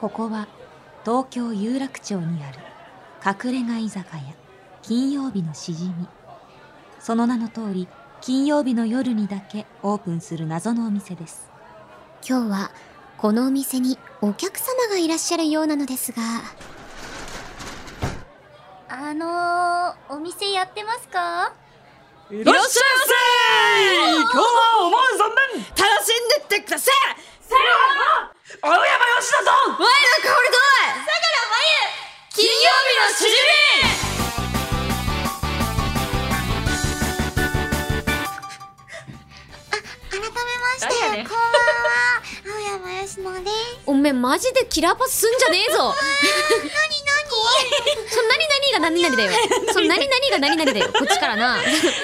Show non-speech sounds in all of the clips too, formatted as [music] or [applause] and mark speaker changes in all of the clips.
Speaker 1: ここは東京有楽町にある隠れ家居酒屋金曜日のしじみその名の通り金曜日の夜にだけオープンする謎のお店です
Speaker 2: 今日はこのお店にお客様がいらっしゃるようなのですが
Speaker 3: あのー、お店やってますか
Speaker 4: いらっしゃいませ今日は思う存分楽しんでってくださいせーの青山よしだと前の香りと金曜日のしじみ
Speaker 3: 改めまして、
Speaker 4: だよね
Speaker 3: こんばんは青山よしのです
Speaker 2: おめえマジでキラーパスすんじゃねえぞその何々が何々だよその何々が何々だよこっちからな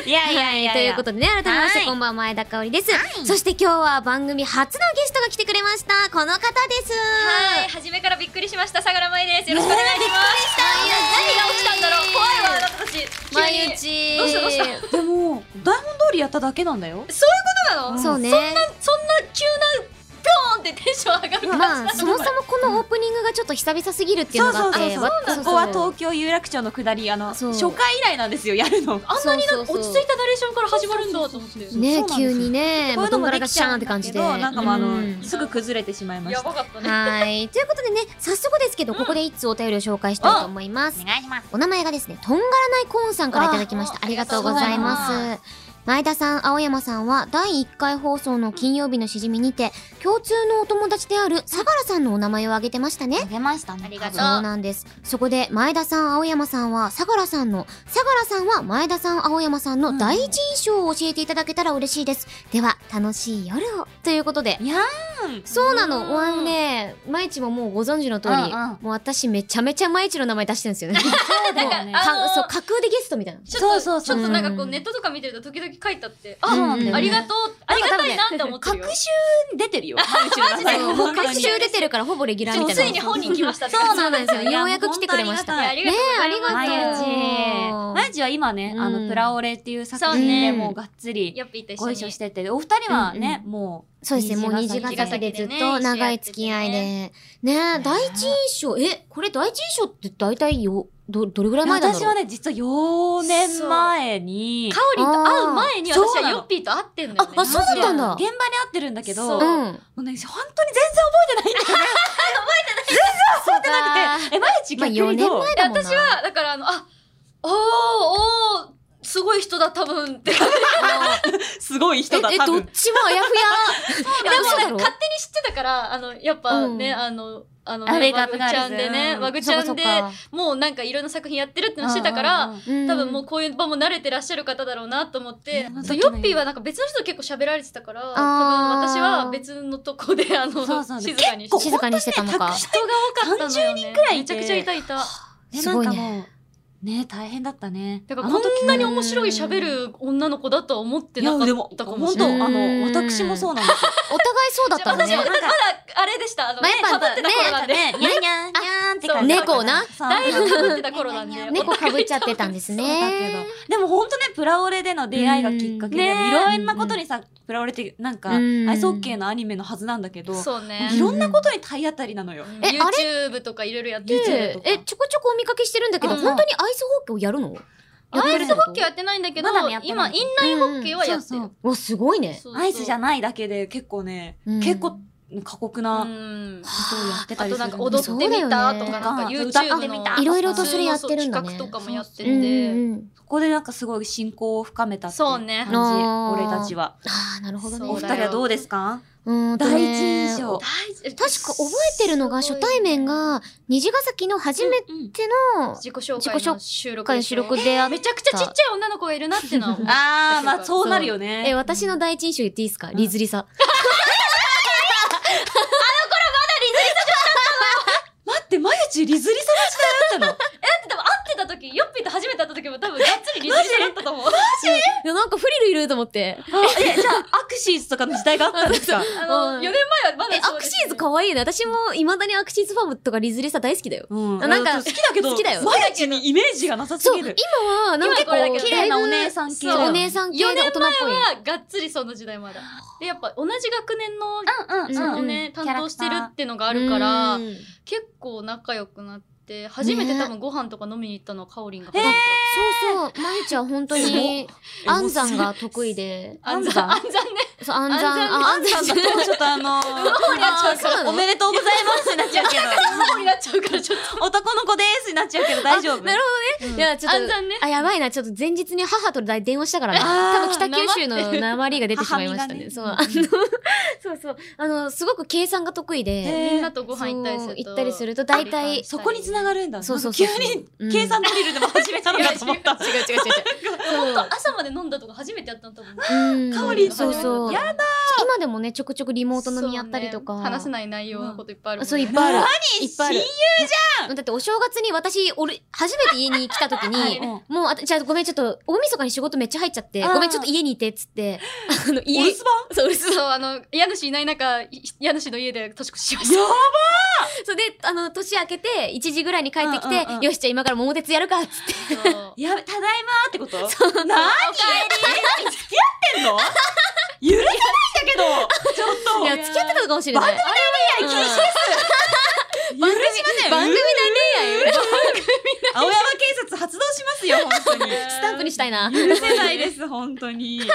Speaker 4: いやいやいやいや、
Speaker 2: ということでね改めまして
Speaker 4: はい
Speaker 2: こんばんは前田香織です、そして今日は番組初のゲストが来てくれましたこの方です
Speaker 5: はい、初めからびっくりしました。相良舞です。よろしくお願いします。
Speaker 2: ねえ
Speaker 5: 何が起きたんだろう。怖いわ、あなたたち。急
Speaker 2: 毎
Speaker 5: に
Speaker 2: 日
Speaker 5: どうしたどうした
Speaker 1: でも台本通りやっただけなんだよ
Speaker 5: そうなの。
Speaker 2: そうね
Speaker 5: そんな急なピョーンってテンション上がる
Speaker 2: ま
Speaker 5: 感
Speaker 2: あ
Speaker 5: じ
Speaker 2: そもそもこのオープニングがちょっと久々すぎるっていうのがあってわ
Speaker 1: ここは東京有楽町の下りあの初
Speaker 2: そう
Speaker 1: 回以来なんですよやるの
Speaker 5: あんなになんか
Speaker 2: そう
Speaker 5: 落
Speaker 2: そうそう
Speaker 5: ち着いたナレーションから始まるんだと思って。
Speaker 2: ね
Speaker 1: そうなんですよ
Speaker 2: 急にね
Speaker 1: こういう
Speaker 2: 元
Speaker 1: の
Speaker 2: か
Speaker 1: も
Speaker 2: ら
Speaker 1: で
Speaker 2: が
Speaker 1: きち
Speaker 2: シャ
Speaker 1: ゃ
Speaker 2: ーン
Speaker 1: う
Speaker 2: っ
Speaker 1: ん
Speaker 2: て
Speaker 1: だ
Speaker 2: 感
Speaker 1: け
Speaker 2: じ
Speaker 1: ど
Speaker 2: で
Speaker 1: なんかもうあ
Speaker 2: う
Speaker 1: の
Speaker 2: ん
Speaker 1: すぐ崩れてしまいまし
Speaker 5: や
Speaker 1: た
Speaker 5: ばかったね。
Speaker 2: はい。ということでね、早速ですけど、ここで一通お便りを紹介したいと思います。お願いします。お名前がですね、とんがらないコーンさんからいただきました。
Speaker 5: あ
Speaker 2: ありがとうござい
Speaker 5: ありがとうござ
Speaker 2: ます。前田さん、青山さんは、第1回放送の金曜日のしじみにて、共通のお友達である相良さんのお名前を挙げてましたね。
Speaker 3: げましたねありが
Speaker 2: そうなんです。そこで、前田さん、青山さんは、相良さんの、相良さんは前田さん、青山さんの第一印象を教えていただけたら嬉しいです。では、楽しい夜を。ということで。
Speaker 1: いや
Speaker 2: そうなの。おあのね、まいちももうご存知の通り、
Speaker 3: うんうん
Speaker 2: もう私めちゃめちゃまいちの名前出してるんですよね。
Speaker 5: なんか、あ
Speaker 2: かそう
Speaker 5: の、
Speaker 2: 架空でゲストみたいな。
Speaker 5: ちょっと、
Speaker 1: そうそうそう
Speaker 5: ちょっとなんかこう、ネットとか見てると時々書いてあって、
Speaker 2: うん
Speaker 5: あ、
Speaker 2: うんうん
Speaker 5: ありがとう、ありがたいなって思ってるよ。
Speaker 1: 隔週出てるよ [laughs] マジ
Speaker 5: で
Speaker 2: そうもう各週出てるからほぼレギュラーみたいな。
Speaker 5: ついに本人来ましたって。
Speaker 2: そうなんですよ。
Speaker 1: いや
Speaker 2: ようやく来てくれました。
Speaker 1: 本当
Speaker 5: いや
Speaker 2: ね
Speaker 5: あり
Speaker 2: え
Speaker 5: がとうござい
Speaker 1: マ
Speaker 2: あ
Speaker 5: ます。
Speaker 2: りがとう
Speaker 1: ユチマユチは今ね、あ
Speaker 2: うん
Speaker 1: のプラオレっていう作品
Speaker 2: そ
Speaker 1: で
Speaker 2: うね
Speaker 1: もうがっつり
Speaker 5: やっぴーと一緒
Speaker 1: ご
Speaker 5: に。
Speaker 1: 一緒しててお二人はね、
Speaker 2: う
Speaker 1: もう
Speaker 2: そうですね、もう虹ヶ
Speaker 5: 虹ヶ
Speaker 2: 崎
Speaker 5: 崎
Speaker 2: で
Speaker 5: で
Speaker 2: ずっ
Speaker 5: ね
Speaker 2: と長い付き合いで。ねえ、第一印象、え、これ第一印象って大体よ、ど、どれぐらい前なんだ
Speaker 1: 私
Speaker 2: ろう
Speaker 1: はね実は4年前に
Speaker 5: カオリと会う前に
Speaker 1: あー
Speaker 5: 私はヨッピーと会ってんのよね。
Speaker 2: ああそうだったんだ
Speaker 1: 現場で会ってるんだけど
Speaker 5: そ
Speaker 1: も
Speaker 5: うね
Speaker 2: うん。
Speaker 1: うね本当に全然覚えてないんだよね覚えてない全然覚えてなくてえ毎日
Speaker 2: まあ
Speaker 1: 逆にどう
Speaker 2: 4年前
Speaker 5: で
Speaker 2: だもんな。
Speaker 5: 私はだからあのあおーおーすごい人だ多分ってでも
Speaker 1: すごい人だ
Speaker 2: え、え、
Speaker 1: 多
Speaker 2: ど
Speaker 1: 分
Speaker 2: っちもあやふや。そうだろ
Speaker 5: 勝手に知ってたからあのやっぱね、
Speaker 2: うん
Speaker 5: あのあの
Speaker 1: あ
Speaker 5: ね
Speaker 1: れ
Speaker 5: ワ
Speaker 1: が
Speaker 5: グちゃんでね
Speaker 1: うん
Speaker 5: ワグちゃんで
Speaker 2: そっか
Speaker 5: もうなんかいろんな作品やってるってのしてたから、
Speaker 1: うんうんうん
Speaker 2: 多
Speaker 5: 多分もうこういう場も慣れてらっしゃる方だろうなと思って
Speaker 1: うんあの時
Speaker 5: そう
Speaker 1: ね
Speaker 5: ヨッピーはなんか別の人と結構喋られてたから多分
Speaker 2: あー
Speaker 5: 私は別のとこであの
Speaker 1: そうそう
Speaker 5: 静かに
Speaker 1: 結構
Speaker 2: 静かにしてたのか。
Speaker 5: 人が多かったのよ、ね、人く
Speaker 1: らいい
Speaker 5: めち
Speaker 1: て
Speaker 5: ゃくちゃいたいた
Speaker 1: ね
Speaker 2: すごいね
Speaker 1: なんかもうね大変だったね
Speaker 5: だか
Speaker 1: あ
Speaker 5: らこ
Speaker 1: の時
Speaker 5: んなに面白い喋る女の子だとは思って
Speaker 1: い
Speaker 5: な
Speaker 1: や
Speaker 5: か
Speaker 1: でも
Speaker 5: ったかも
Speaker 1: 本
Speaker 5: しれ
Speaker 1: 当
Speaker 5: ない。
Speaker 2: うん
Speaker 1: あの私もそうなんですよ
Speaker 2: お互いそうだったの
Speaker 5: 私は
Speaker 2: ね
Speaker 5: ま。だ
Speaker 2: [laughs]
Speaker 5: あれでした。あの、ね、
Speaker 2: 毎
Speaker 5: か
Speaker 2: 晩
Speaker 5: ぶってた頃なんで。
Speaker 1: ねニャンニャンニャンって感じ
Speaker 2: そう猫な
Speaker 1: そう
Speaker 5: だいぶかぶってた頃なんで。
Speaker 2: 猫かぶっちゃってたんです
Speaker 1: そうだけ
Speaker 2: ね。
Speaker 1: ど。でも本当ね、プラオレでの出会いがきっかけで、
Speaker 2: うん
Speaker 1: い
Speaker 2: ね
Speaker 1: ろ
Speaker 2: え
Speaker 1: んなことにさ、プラオレってなんか、
Speaker 2: うん
Speaker 1: アイスホッケーのアニメのはずなんだけど、
Speaker 5: [laughs] そうね。
Speaker 1: いろんなことに体当たりなのよ。
Speaker 2: えあ
Speaker 5: YouTube とかいろいろやって
Speaker 2: で
Speaker 1: YouTube とか
Speaker 2: え、ちょこちょこお見かけしてるんだけど、
Speaker 5: うん
Speaker 2: 本当にアイスホッケーをやるのやっ
Speaker 5: ア
Speaker 2: て
Speaker 5: イ
Speaker 2: る
Speaker 5: スホッケーやってないんだけど
Speaker 1: まだねやっ、てな
Speaker 5: 今、
Speaker 1: い
Speaker 5: インラインホッケーはやって
Speaker 1: そうそう
Speaker 5: る。
Speaker 2: ーわ、すごいね。
Speaker 5: そうそう
Speaker 1: アイスじゃないだけで結構ね、
Speaker 2: うん
Speaker 1: 結構過酷
Speaker 5: う
Speaker 1: なこ
Speaker 5: ん。
Speaker 1: とをやってた
Speaker 5: あ
Speaker 1: り
Speaker 5: と
Speaker 1: する
Speaker 5: なん
Speaker 1: んで
Speaker 5: か
Speaker 1: す
Speaker 5: 踊ってみたとか、なんか
Speaker 1: そうだよね
Speaker 5: YouTube の。
Speaker 2: いろいろとそれやってるんだね
Speaker 5: そうそう企画とかもやって
Speaker 2: うんうん
Speaker 5: て。
Speaker 2: うん。
Speaker 1: そこでなんかすごい親交を深めたって
Speaker 5: そう
Speaker 1: 感じ、
Speaker 5: ね
Speaker 2: あー
Speaker 1: 俺たちは。
Speaker 2: ああ、なるほどね。
Speaker 5: そ
Speaker 1: お
Speaker 5: う
Speaker 1: 二
Speaker 5: だよ
Speaker 1: 人はどうですか
Speaker 2: うーんとね
Speaker 1: 第一印象。
Speaker 5: 大事
Speaker 2: 確か覚えてるのが初対面、が虹ヶ崎の初めて
Speaker 1: うん
Speaker 2: の
Speaker 5: 自己紹介の収録でし
Speaker 2: 収
Speaker 5: ょ。
Speaker 2: 録であっ
Speaker 5: めちゃくちゃちっちゃい女の子がいるなってのは思う
Speaker 1: あー、まあそうなるよね。
Speaker 2: え、私の第一印象言っていいですかリズリサ。
Speaker 1: 待って、まゆちリズリサの時代だったの
Speaker 5: 多分会ってた時ヨッピーと初めて会った時も多分がっつりリズリーだったと思う
Speaker 2: いやなんかフリルいると思って。
Speaker 1: あえ、じゃあ握手シーズとかの時代があったんですか
Speaker 5: あの、
Speaker 2: うん
Speaker 5: 4年前はまだ
Speaker 2: え、アクシーズ可愛いね。私も未だにアクシーズファームとかリズリサ大好きだよ。
Speaker 1: うん
Speaker 2: なんか
Speaker 1: 好きだけど、
Speaker 2: 好きだよ
Speaker 1: 毎日にイメージがなさす
Speaker 2: そ
Speaker 1: ぎ
Speaker 2: う、今
Speaker 1: る。
Speaker 2: は、なんか結
Speaker 5: 今はこ
Speaker 2: 構、
Speaker 5: れだけど
Speaker 1: 綺麗なお姉
Speaker 2: さ
Speaker 1: さん系だ
Speaker 2: そう、
Speaker 1: よ
Speaker 2: お
Speaker 1: ね。
Speaker 2: 姉さん系で大人っぽい。
Speaker 5: はがっつりその時代まだ。で、やっぱ同じ学年の、
Speaker 6: うん
Speaker 5: その
Speaker 2: うん
Speaker 5: ね、担当してるってのがあるから
Speaker 2: う、ん
Speaker 5: 結構仲良くなって、初めて多分ご飯とか飲みに行ったのはカオリンが初めて
Speaker 2: そうそう、まゆちゃん本当に、安産が得意で、
Speaker 5: だった。
Speaker 1: え
Speaker 5: 安
Speaker 1: そう
Speaker 5: 産、
Speaker 1: 安
Speaker 5: 安産ね。
Speaker 2: そう、安産、
Speaker 5: 安産
Speaker 2: あ、安
Speaker 1: さんだとちょっとあの
Speaker 2: 産、あ、そう
Speaker 1: [laughs]
Speaker 2: な
Speaker 1: お
Speaker 2: の
Speaker 1: めでとうございますになっちゃうけ
Speaker 5: 不幸になっちゃうからちょっと。
Speaker 1: ど、男の子ですになっちゃうけど大丈夫。
Speaker 2: なるほどね。いや、ちょっと
Speaker 5: 安、産ね。
Speaker 2: あ、やばいな。ちょっと前日に母と電話したからね。多分北九州の鉛が出てしまいましたね。そう、あの、そうそう。あの、すごく計算が得意
Speaker 1: へ
Speaker 2: で、
Speaker 1: ー
Speaker 5: みんなとご飯行ったりす
Speaker 2: そう
Speaker 5: ると。
Speaker 2: 行ったりすると大体
Speaker 1: そこに繋がるんだ。
Speaker 2: そうそう
Speaker 1: な
Speaker 2: そ
Speaker 1: ん
Speaker 2: う
Speaker 1: か急
Speaker 2: うん
Speaker 1: に計算ドリルでも始めたのかと思った。
Speaker 2: 違う違う違う違う。そう。
Speaker 5: 朝まで飲んだとか初めてやったの多
Speaker 2: う
Speaker 5: 分。
Speaker 2: ん
Speaker 1: かおりん
Speaker 2: そうそう。
Speaker 1: や
Speaker 2: だ今でもね、ちょくちょくリモート飲みやったりとか。
Speaker 5: そうね話せ
Speaker 2: い。
Speaker 5: ない内容のこといっぱいあるもんね。
Speaker 2: そう、いっぱいある。いっぱいあ
Speaker 1: 親
Speaker 2: る
Speaker 1: 友。
Speaker 2: うんだってお正月に私、俺、初めて家に来た時に、
Speaker 1: うん
Speaker 2: もう、あじゃあごめん、ちょっと、大晦日に仕事めっちゃ入っちゃって、
Speaker 1: あー
Speaker 2: ごめん、ちょっと家にいて、っつって、あの、
Speaker 1: お
Speaker 2: 家
Speaker 1: 留、守番
Speaker 2: そう、うるす
Speaker 5: そう、あの、家主いない中、い家主の家で年越ししまし
Speaker 1: や
Speaker 2: [laughs]
Speaker 5: た。
Speaker 2: そうで、あの、年明けて、1時ぐらいに帰ってきて、
Speaker 1: うんうんうん
Speaker 2: よし、じゃあ今から桃鉄やるか、っつって。
Speaker 5: そう
Speaker 1: やべ、ただいまーってことそうなにえ付き合ってんの許せないんだけどちょ
Speaker 2: い
Speaker 1: っ
Speaker 2: や、
Speaker 1: と
Speaker 2: 付き合ってたのかもしれない。
Speaker 1: いや禁止です許しません
Speaker 2: 番組内恋愛
Speaker 1: [laughs] 青山警察発動しますよ本当に
Speaker 2: スタンプにしたいな。
Speaker 1: 許せないです本当にい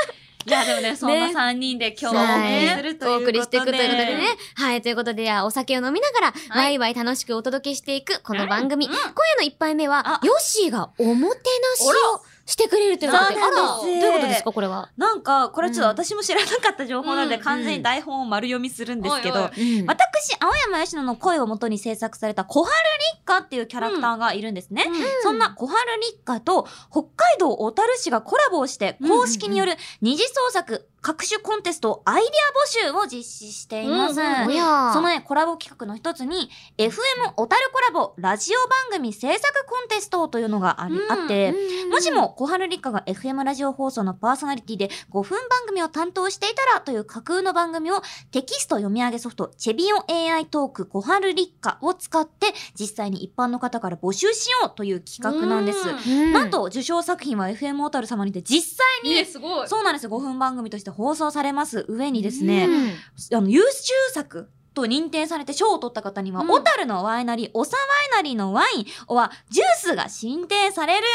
Speaker 1: やでもねそんな三人で今日はお送りするということで、
Speaker 2: お送りしていくということでね。はい、ということで、お酒を飲みながら、ワイワイ楽しくお届けしていく、この番組。今夜の一杯目は
Speaker 1: あ、
Speaker 2: ヨッシーがおもてなしをしてくれるということで。
Speaker 1: そう
Speaker 2: あら、
Speaker 1: なん
Speaker 2: どう
Speaker 1: です
Speaker 2: いうことですか、これは。
Speaker 1: なんかこれちょっと私も知らなかった情報なんで、
Speaker 5: うん
Speaker 1: 完全に台本を丸読みするんですけど、
Speaker 5: おいおい
Speaker 2: うん
Speaker 1: 私、青山佳乃の声を元に制作された小春立花っていうキャラクターがいるんですね。そんな小春立花と北海道小樽市がコラボをして、
Speaker 2: うんうんうん
Speaker 1: 公式による二次創作各種コンテストアイディア募集を実施しています。
Speaker 5: うんうん
Speaker 2: おや
Speaker 1: そのね、コラボ企画の一つに、FM 小樽コラボラジオ番組制作コンテストというのがあり、
Speaker 5: うん
Speaker 1: あって、
Speaker 2: うん
Speaker 1: もしも小春立花が FM ラジオ放送のパーソナリティで5分番組を担当していたらという架空の番組をテキスト読み上げソフトチェビオ AI トーク小春立花を使って実際に一般の方から募集しようという企画なんです。
Speaker 5: う
Speaker 2: うん
Speaker 1: なんと受賞作品は FM 小樽様にて実際
Speaker 5: んね、すごい。
Speaker 1: そうなんです5分番組として放送されます上にです
Speaker 2: う
Speaker 1: ね、
Speaker 2: ん
Speaker 1: あの優秀作と認定されて賞を取った方には、
Speaker 5: うん
Speaker 1: 小樽のワイナリー、オサワイナリーのワイン、おはジュースが進呈される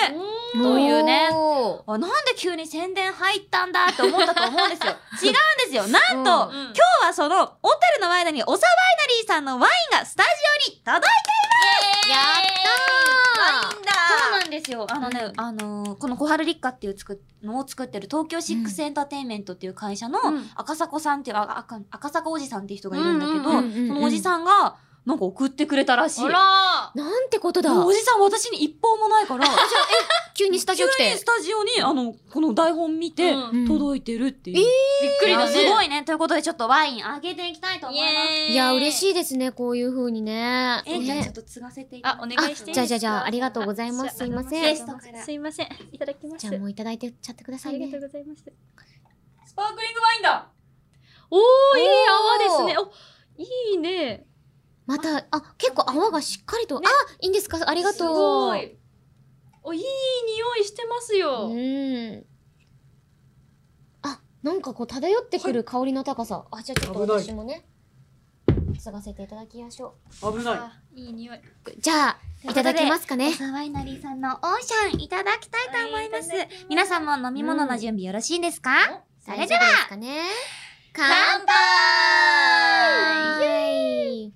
Speaker 5: う
Speaker 1: というね
Speaker 2: お
Speaker 1: あなんで急に宣伝入ったんだって思ったと思うんですよ。違うんですよ。なんと、
Speaker 2: うん
Speaker 1: 今
Speaker 5: ん
Speaker 1: 日はその、小樽のワイナにオサワイナリーさんのワインがスタジオに届い
Speaker 2: ーやったー
Speaker 1: た
Speaker 6: そうなんですよ。
Speaker 1: あのね、あのーこの小春立花っていうつくのを作ってる東京シックスエンターテインメントっていう会社の
Speaker 5: うん
Speaker 1: 赤坂さんっていう、あ赤赤坂おじさんっていう人がいるんだけど、
Speaker 5: うん
Speaker 2: うんうんうん
Speaker 1: そのおじさんがなんか送ってくれたらしい。
Speaker 5: あら
Speaker 2: なんてことだ
Speaker 1: でもおじさん私に一報もない [laughs] から、
Speaker 2: 急にスタジオ来
Speaker 1: 急に
Speaker 2: て
Speaker 1: ス。タジオにあの、この台本見て、
Speaker 5: うん
Speaker 2: うん
Speaker 1: 届いてるっていう。
Speaker 2: えー
Speaker 5: びっくりだね。
Speaker 1: すごいね。ということで、ちょっとワインあげていきたいと思います。
Speaker 2: いや、嬉
Speaker 5: い。
Speaker 2: しいですね、こういう風にね。
Speaker 1: え、じゃあ
Speaker 2: ね
Speaker 1: ちょっと継がせてい
Speaker 5: あ、お
Speaker 1: いて。
Speaker 5: 願いして。
Speaker 2: じゃあじゃあじゃあ、ありがとうございます。すいません。
Speaker 1: ゲストから
Speaker 5: すいません。いただきます。
Speaker 2: じゃあもういただいてっちゃってくださ
Speaker 5: あ
Speaker 2: い
Speaker 5: り
Speaker 2: ね。
Speaker 5: がとう
Speaker 2: う
Speaker 5: ございます。スパークリングワインだおー、いい泡ですね。お、いいね。
Speaker 2: また、あ、結構泡がしっかりと、あ、いいんですかありがとう。
Speaker 5: すごい。お、いい匂いしてますよ。
Speaker 2: うん。あ、なんかこう漂ってくる香りの高さ。あ、じゃあちょっと私もね、継がせていただきましょ
Speaker 4: 危ない。
Speaker 5: あいい匂い。
Speaker 2: う。じゃあ、いただきますかね
Speaker 1: オ。サワイナリーさんのオーシャンいただきたいと思います。
Speaker 5: はいいただ
Speaker 1: 皆さんも飲み物の準備よろしいですか、それでは、
Speaker 2: は、ね、乾
Speaker 1: 杯
Speaker 2: 杯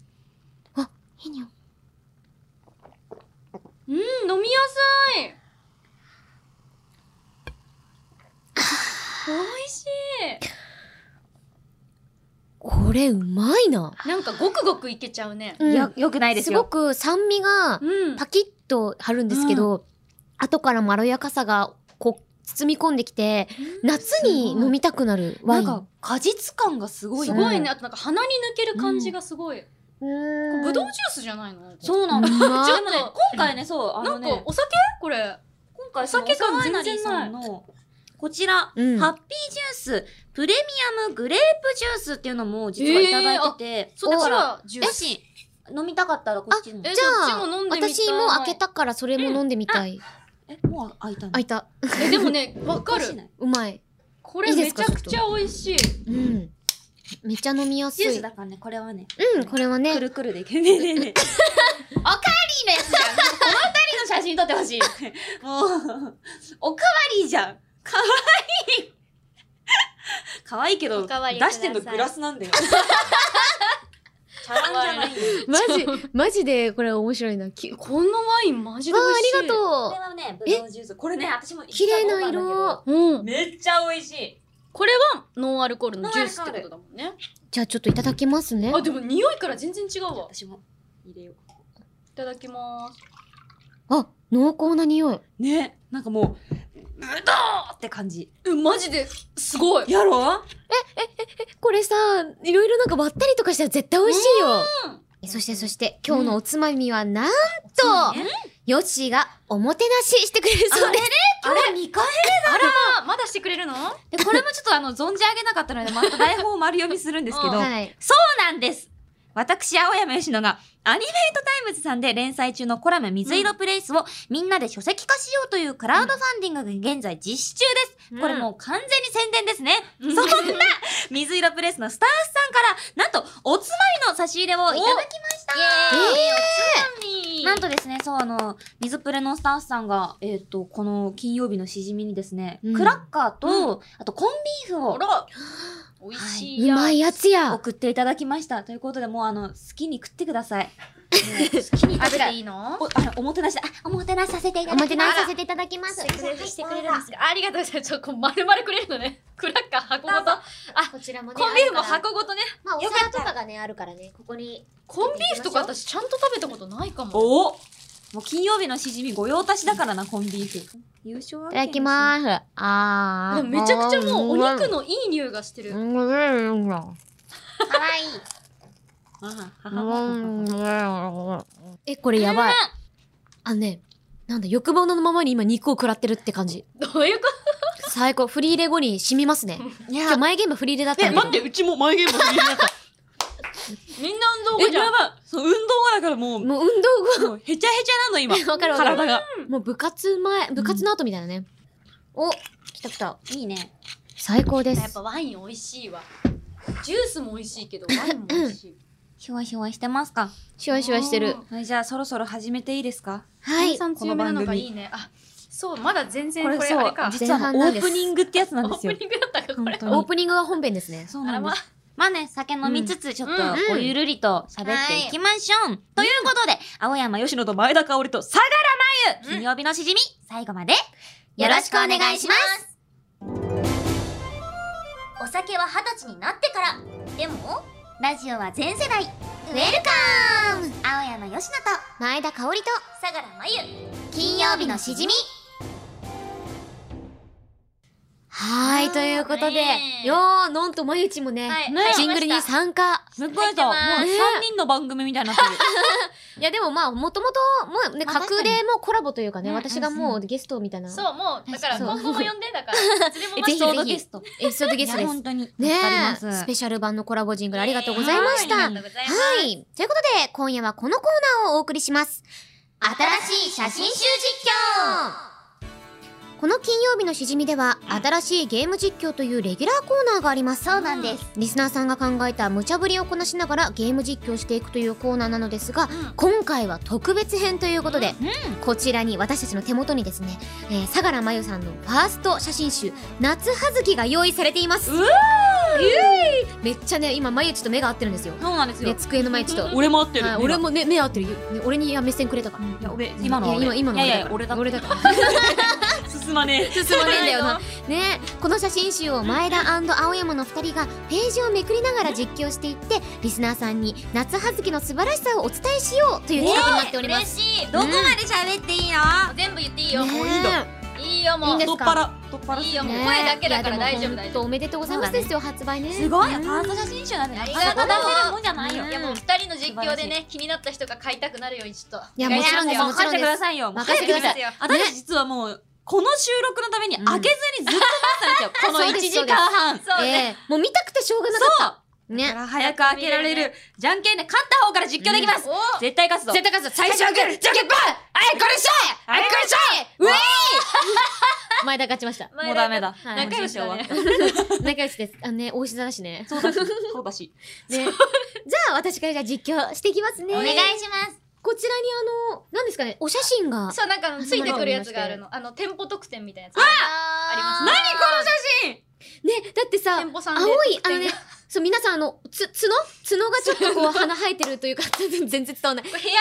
Speaker 2: あ、いい匂い。
Speaker 5: うん、飲みやすい。美味し
Speaker 2: これうまいな。
Speaker 5: い。なんかごくごくいけちゃうね。
Speaker 2: うん
Speaker 1: よ、よくないです
Speaker 2: すご
Speaker 1: よ。
Speaker 2: く酸味が
Speaker 5: うん。
Speaker 2: パキッと張るんですけど、後からまろやかさがこう包み込んできて、夏に飲みたくなるワ
Speaker 1: な
Speaker 2: イ
Speaker 1: ん
Speaker 2: ン。
Speaker 1: か、果実感がすごい
Speaker 5: す
Speaker 1: ね。
Speaker 5: ごいね。あとなんか鼻に抜ける感じがすごい。
Speaker 2: うん [laughs]
Speaker 5: ぶどうジュースじゃないの
Speaker 1: そうなんだ。
Speaker 2: うまっ
Speaker 1: でもね、今回ね、そう、あ
Speaker 5: な
Speaker 1: の
Speaker 5: ん
Speaker 1: ね、
Speaker 5: かお酒これ。
Speaker 1: 今回
Speaker 5: お酒感全然ない
Speaker 1: そのオサワイナリーさんのこちら、
Speaker 2: うん
Speaker 1: ハッピージュース、プレミアムグレープジュースっていうのも実はいただいてて、
Speaker 2: ー
Speaker 1: だから、
Speaker 2: あ
Speaker 1: もし飲みたかったらこっちも。
Speaker 2: じ
Speaker 1: え、
Speaker 2: ゃ
Speaker 5: そっちも飲ん
Speaker 2: あ、
Speaker 5: でみたい
Speaker 2: 私も開けたからそれも飲んでみたい。
Speaker 1: もう開いたの
Speaker 2: 開いた。
Speaker 5: え、でもね、 [laughs] わかる。。
Speaker 2: うまい。
Speaker 5: これ
Speaker 2: いいで
Speaker 5: め
Speaker 2: す
Speaker 5: ち
Speaker 2: か
Speaker 5: ゃくちゃ美味しい。
Speaker 2: うん。めっちゃ飲みやす
Speaker 1: ジュー
Speaker 2: い。
Speaker 1: スだからね、これはね、
Speaker 2: うん、これはね
Speaker 1: く。るくるでいける。ねえねえねえ。
Speaker 5: おかわりのやつじゃん。
Speaker 1: 二人の写真撮ってほしい。 [laughs] もう、おかわりじゃん。かわいい。かわいいけど、
Speaker 5: おかわり
Speaker 1: 出
Speaker 5: ください
Speaker 1: してんのグラスなん [laughs] だよ。茶碗じゃないよ。
Speaker 2: [laughs] マジ、マジでこれ面白いな。きわ
Speaker 5: このワインマジで美味しい。
Speaker 2: あ、ありが
Speaker 1: ことれ
Speaker 2: う。
Speaker 1: はね、ブドウジュース。これね、私も
Speaker 2: 綺麗な色。
Speaker 5: とう。うん。
Speaker 1: めっちゃ美味しい。
Speaker 5: これはノンアルコールのジュースってことだもんね。
Speaker 2: じゃあちょっといただきますね。
Speaker 5: あ、でも匂いから全然違うわ。
Speaker 1: 私も入れよう。
Speaker 5: いただきます。
Speaker 2: あ、濃厚な匂い。
Speaker 1: ね、なんかもう、ブドウって感じ。
Speaker 5: え、マジですごい。
Speaker 1: やろ
Speaker 2: これさ、いろいろなんか割ったりとかしたら絶対美味しいよ。えそしてそして、今日のおつまみはなんと、
Speaker 1: ね
Speaker 2: ヨッシーがおもてなししてくれるそうです。
Speaker 1: あれ二回
Speaker 5: あ、まだしてくれるの
Speaker 1: で、これもちょっとあの、存じ上げなかったので、また台本を丸読みするんですけど、
Speaker 2: はい。
Speaker 1: そうなんです私、青山吉野が、アニメイトタイムズさんで連載中のコラム水色プレイスをみんなで書籍化しようというクラウドファンディングが現在実施中です。これもう完全に宣伝ですね。
Speaker 5: ん
Speaker 1: そんな [laughs] 水色プレイスのスタッフさんから、なんとおつまみの差し入れをいただきました
Speaker 2: え
Speaker 5: み
Speaker 1: なんとですね、そう、あの、水プレのスタッフさんが、えっ、と、この金曜日のしじみにですね、
Speaker 2: うん
Speaker 1: クラッカーと、あとコンビーフ
Speaker 5: あ
Speaker 1: を
Speaker 5: ら、美味し
Speaker 2: ー、
Speaker 5: いうや。
Speaker 2: まいやつや。
Speaker 1: 送っていただきました。ということで、もうあの、好きに食ってくだ
Speaker 2: [laughs]
Speaker 1: さい。
Speaker 5: 好きに食べていいの
Speaker 1: お、あの、おもてなしだ。あ、おもてなしさせていただきま
Speaker 2: お
Speaker 1: す。
Speaker 2: もてなしさせていただきます。
Speaker 5: してくれるしてくれるんですかありがとうございます。ちょっとこう丸々くれるのね。クラッカー箱ごと。
Speaker 2: こちらもね。
Speaker 5: コンビーフも
Speaker 2: あるから
Speaker 5: 箱ごとね。
Speaker 2: まあ、お
Speaker 1: よか
Speaker 2: 皿
Speaker 1: った
Speaker 2: とかがね、あるからね、ここに。
Speaker 5: コンビーフとか私ちゃんと食べたことないかも。
Speaker 1: おもう金曜日のしじみ御用達だからな、コンビーフ。優勝い
Speaker 2: いただきまーす。あ
Speaker 5: で
Speaker 2: ー。
Speaker 5: もめちゃくちゃもうお肉
Speaker 2: の。
Speaker 5: のいい匂いがしてる。
Speaker 2: かわいい。え、これやばい。あのね、なんだ、欲望のままに今肉を食らってるって感じ。
Speaker 5: どういうこ
Speaker 2: 最高。フリーレ後に染みますね。
Speaker 1: い
Speaker 2: 今日
Speaker 1: や、
Speaker 2: 前ゲームフリーレだったんだけど。
Speaker 1: て、うちも前ゲーム振りになった。
Speaker 5: とみんな運動後じゃん。
Speaker 1: ばい。そう、運動後だからもう、
Speaker 2: もう運動
Speaker 1: もうへちゃへちゃなの、今
Speaker 2: [laughs] わかるわかる
Speaker 1: が。
Speaker 2: 後、もう部活前、部活の後みたいなね。お、来た来た。
Speaker 1: いいね。
Speaker 2: 最高で
Speaker 5: やっ
Speaker 2: す
Speaker 5: ぱ。ワイン美味しいわ。ジュースも美味しいけど、ワインも美味しい。
Speaker 1: ひわひわしてますか
Speaker 2: シュワシュワしてる
Speaker 5: あ。
Speaker 1: はい、じゃあそろそろ始めていいですか
Speaker 2: は
Speaker 5: 炭
Speaker 2: い。
Speaker 5: 酸強めなのがいいね。あ、そう、まだ全然これ
Speaker 1: そう
Speaker 5: あれか。
Speaker 1: 実は
Speaker 2: 前半
Speaker 1: オ
Speaker 2: なんで
Speaker 1: ー
Speaker 2: す
Speaker 1: プニングってやつなん
Speaker 5: [laughs] オ
Speaker 1: で
Speaker 5: ー
Speaker 1: す
Speaker 5: プ
Speaker 1: よ。
Speaker 5: ニングだったか、こ
Speaker 1: 本
Speaker 5: れ。
Speaker 1: 当
Speaker 2: オー
Speaker 1: に。
Speaker 2: プニングが本編ですね。
Speaker 1: そう
Speaker 5: あ
Speaker 1: な
Speaker 5: ら
Speaker 1: ん
Speaker 5: ま
Speaker 1: です。まあね、酒飲みつつ、ちょっと
Speaker 5: うん。
Speaker 2: うん
Speaker 1: こうゆるりと喋っていきましょう、ということで、青山吉野と前田香織と相良真由、金曜日のしじみ、最後まで、よろしくお願いします
Speaker 5: お酒は二十歳になってから。でも、
Speaker 1: ラジオは全世代、
Speaker 2: ウェルカム
Speaker 1: 青山吉野と、
Speaker 2: 前田香織と、
Speaker 5: 相良真由。
Speaker 2: 金曜日のしじみはい、ということで
Speaker 5: ね、え
Speaker 2: よー、のんとまゆちもね
Speaker 5: はい、
Speaker 2: ジングルに参加。
Speaker 1: 向こうと、もう3
Speaker 5: 入
Speaker 2: ってます
Speaker 1: 人の番組みたいになってる。
Speaker 2: いや、でもまあ、もともと、もうね、
Speaker 1: まあ
Speaker 2: 隠れもコラボというかね、
Speaker 1: うん
Speaker 2: 私がもうゲストみたいな。
Speaker 5: そう、もう、だから
Speaker 2: そう
Speaker 5: 今後も呼んでだから、いつでも
Speaker 2: え
Speaker 5: 待
Speaker 2: [laughs] ぜひ
Speaker 5: って
Speaker 1: ちょう
Speaker 2: ぜ
Speaker 1: ど
Speaker 2: ひ
Speaker 1: ゲスト。
Speaker 2: エピソードゲスト
Speaker 1: い
Speaker 2: で
Speaker 1: や
Speaker 2: す
Speaker 1: 本。当に。
Speaker 2: ね
Speaker 1: 助かります
Speaker 2: え、スペシャル版のコラボジングルありがとうございまし
Speaker 5: は
Speaker 2: た。
Speaker 5: あり
Speaker 2: は
Speaker 5: がとうございます。
Speaker 2: い。ということで、今夜はこのコーナーをお送りします。新しい写真集実況この金曜日のしじみでは、新しいゲーム実況というレギュラーコーナーがあります。そう
Speaker 5: なんです。
Speaker 2: リスナーさんが考えた無茶ぶりをこなしながらゲーム実況していくというコーナーなのですが、
Speaker 5: うん
Speaker 2: 今回は特別編ということで、こちらに私たちの手元にですね、えー、相良真由さんのファースト写真集「夏葉月」が用意されています
Speaker 1: う
Speaker 2: イエーイめっちゃね今真由ちと目が合ってるんですよ、
Speaker 1: そうなんです
Speaker 2: ね、
Speaker 1: よ。
Speaker 2: 机の真由ちと、
Speaker 1: 俺も合って
Speaker 2: はい俺。もね目合ってる、ね、俺には目線くれたから、
Speaker 1: いや、俺、今のはい
Speaker 2: や今今の
Speaker 1: いやいや、俺だって
Speaker 2: 俺だから
Speaker 1: 進まねえ。
Speaker 2: 進まねえんだよなねこの写真集を前田青山の2人がページをめくりながら実況していってリスナーさんに夏葉月の素晴らしさをお伝えしようという企画になっております、
Speaker 5: 嬉しい。
Speaker 1: どこまで喋っていいの
Speaker 5: 全部言っていいよ。
Speaker 2: ね
Speaker 1: もういいだ
Speaker 5: いいよ、もう。
Speaker 2: いいんで
Speaker 1: 太
Speaker 2: す
Speaker 1: っ
Speaker 2: か
Speaker 1: 腹。太っ腹
Speaker 5: いいよ、もう
Speaker 2: ね
Speaker 5: 声だけだから大丈夫、
Speaker 2: いやでも本
Speaker 5: 大丈
Speaker 2: 当
Speaker 5: 夫。
Speaker 2: おめでとうございますですよ、発売ね
Speaker 1: すごい
Speaker 2: うん
Speaker 1: ファースト写真集なんて
Speaker 5: あり
Speaker 1: な
Speaker 5: が
Speaker 1: かな
Speaker 5: とう
Speaker 1: か出せるもんじゃないよ
Speaker 2: う。ん
Speaker 5: いや、もう二人の実況でね、気になった人が書いたくなるように、ちょっと。
Speaker 2: いや
Speaker 5: お願
Speaker 2: もちろん
Speaker 5: します
Speaker 2: です
Speaker 5: よ
Speaker 1: もう書いてくださいよ。もう
Speaker 2: 任せ
Speaker 1: 早
Speaker 2: て
Speaker 1: く
Speaker 2: く
Speaker 1: くだ
Speaker 2: ださ
Speaker 1: さ
Speaker 2: い
Speaker 1: いよ。私実はもう、この収録のために
Speaker 2: うん
Speaker 1: 開けずにずっと待ってたんです
Speaker 2: [laughs]
Speaker 1: よ。この
Speaker 2: そう
Speaker 1: 1
Speaker 2: です
Speaker 1: 時間半。そう。
Speaker 5: そうね。
Speaker 2: えーもう見たくてしょうがなかった。
Speaker 1: だ
Speaker 2: ね
Speaker 1: か。ら早く開けられる。じゃんけんで勝った方から実況できます。
Speaker 5: お
Speaker 1: 絶対勝つぞ。
Speaker 2: 絶対勝つ最初はグー、じゃんけんぽんあいこれしょあいこれしょうえい前田勝ちました。
Speaker 1: もうダメだ。
Speaker 2: はい
Speaker 5: 仲良しだね。
Speaker 2: 仲良しです。あのね、大石座だしね。
Speaker 1: そうだし。そうだ
Speaker 2: [laughs]
Speaker 1: し。
Speaker 2: ね。じゃあ、私からじゃあ実況していきますね。
Speaker 5: お願い
Speaker 2: こ
Speaker 5: します。
Speaker 2: ちらにあの、何ですかね、お写真が。
Speaker 5: そう、なんか、ついてくるやつがあるの。あの、店舗特典みたいなやつ。あります
Speaker 2: 何
Speaker 1: 写真
Speaker 2: ね、だってさ、
Speaker 5: 店
Speaker 2: 青
Speaker 5: 舗さんで
Speaker 2: い、あのね、そう、皆さんあの、つ、角角がちょっとこう、鼻生えてるというか、全然伝わんない。
Speaker 5: 部屋着ね、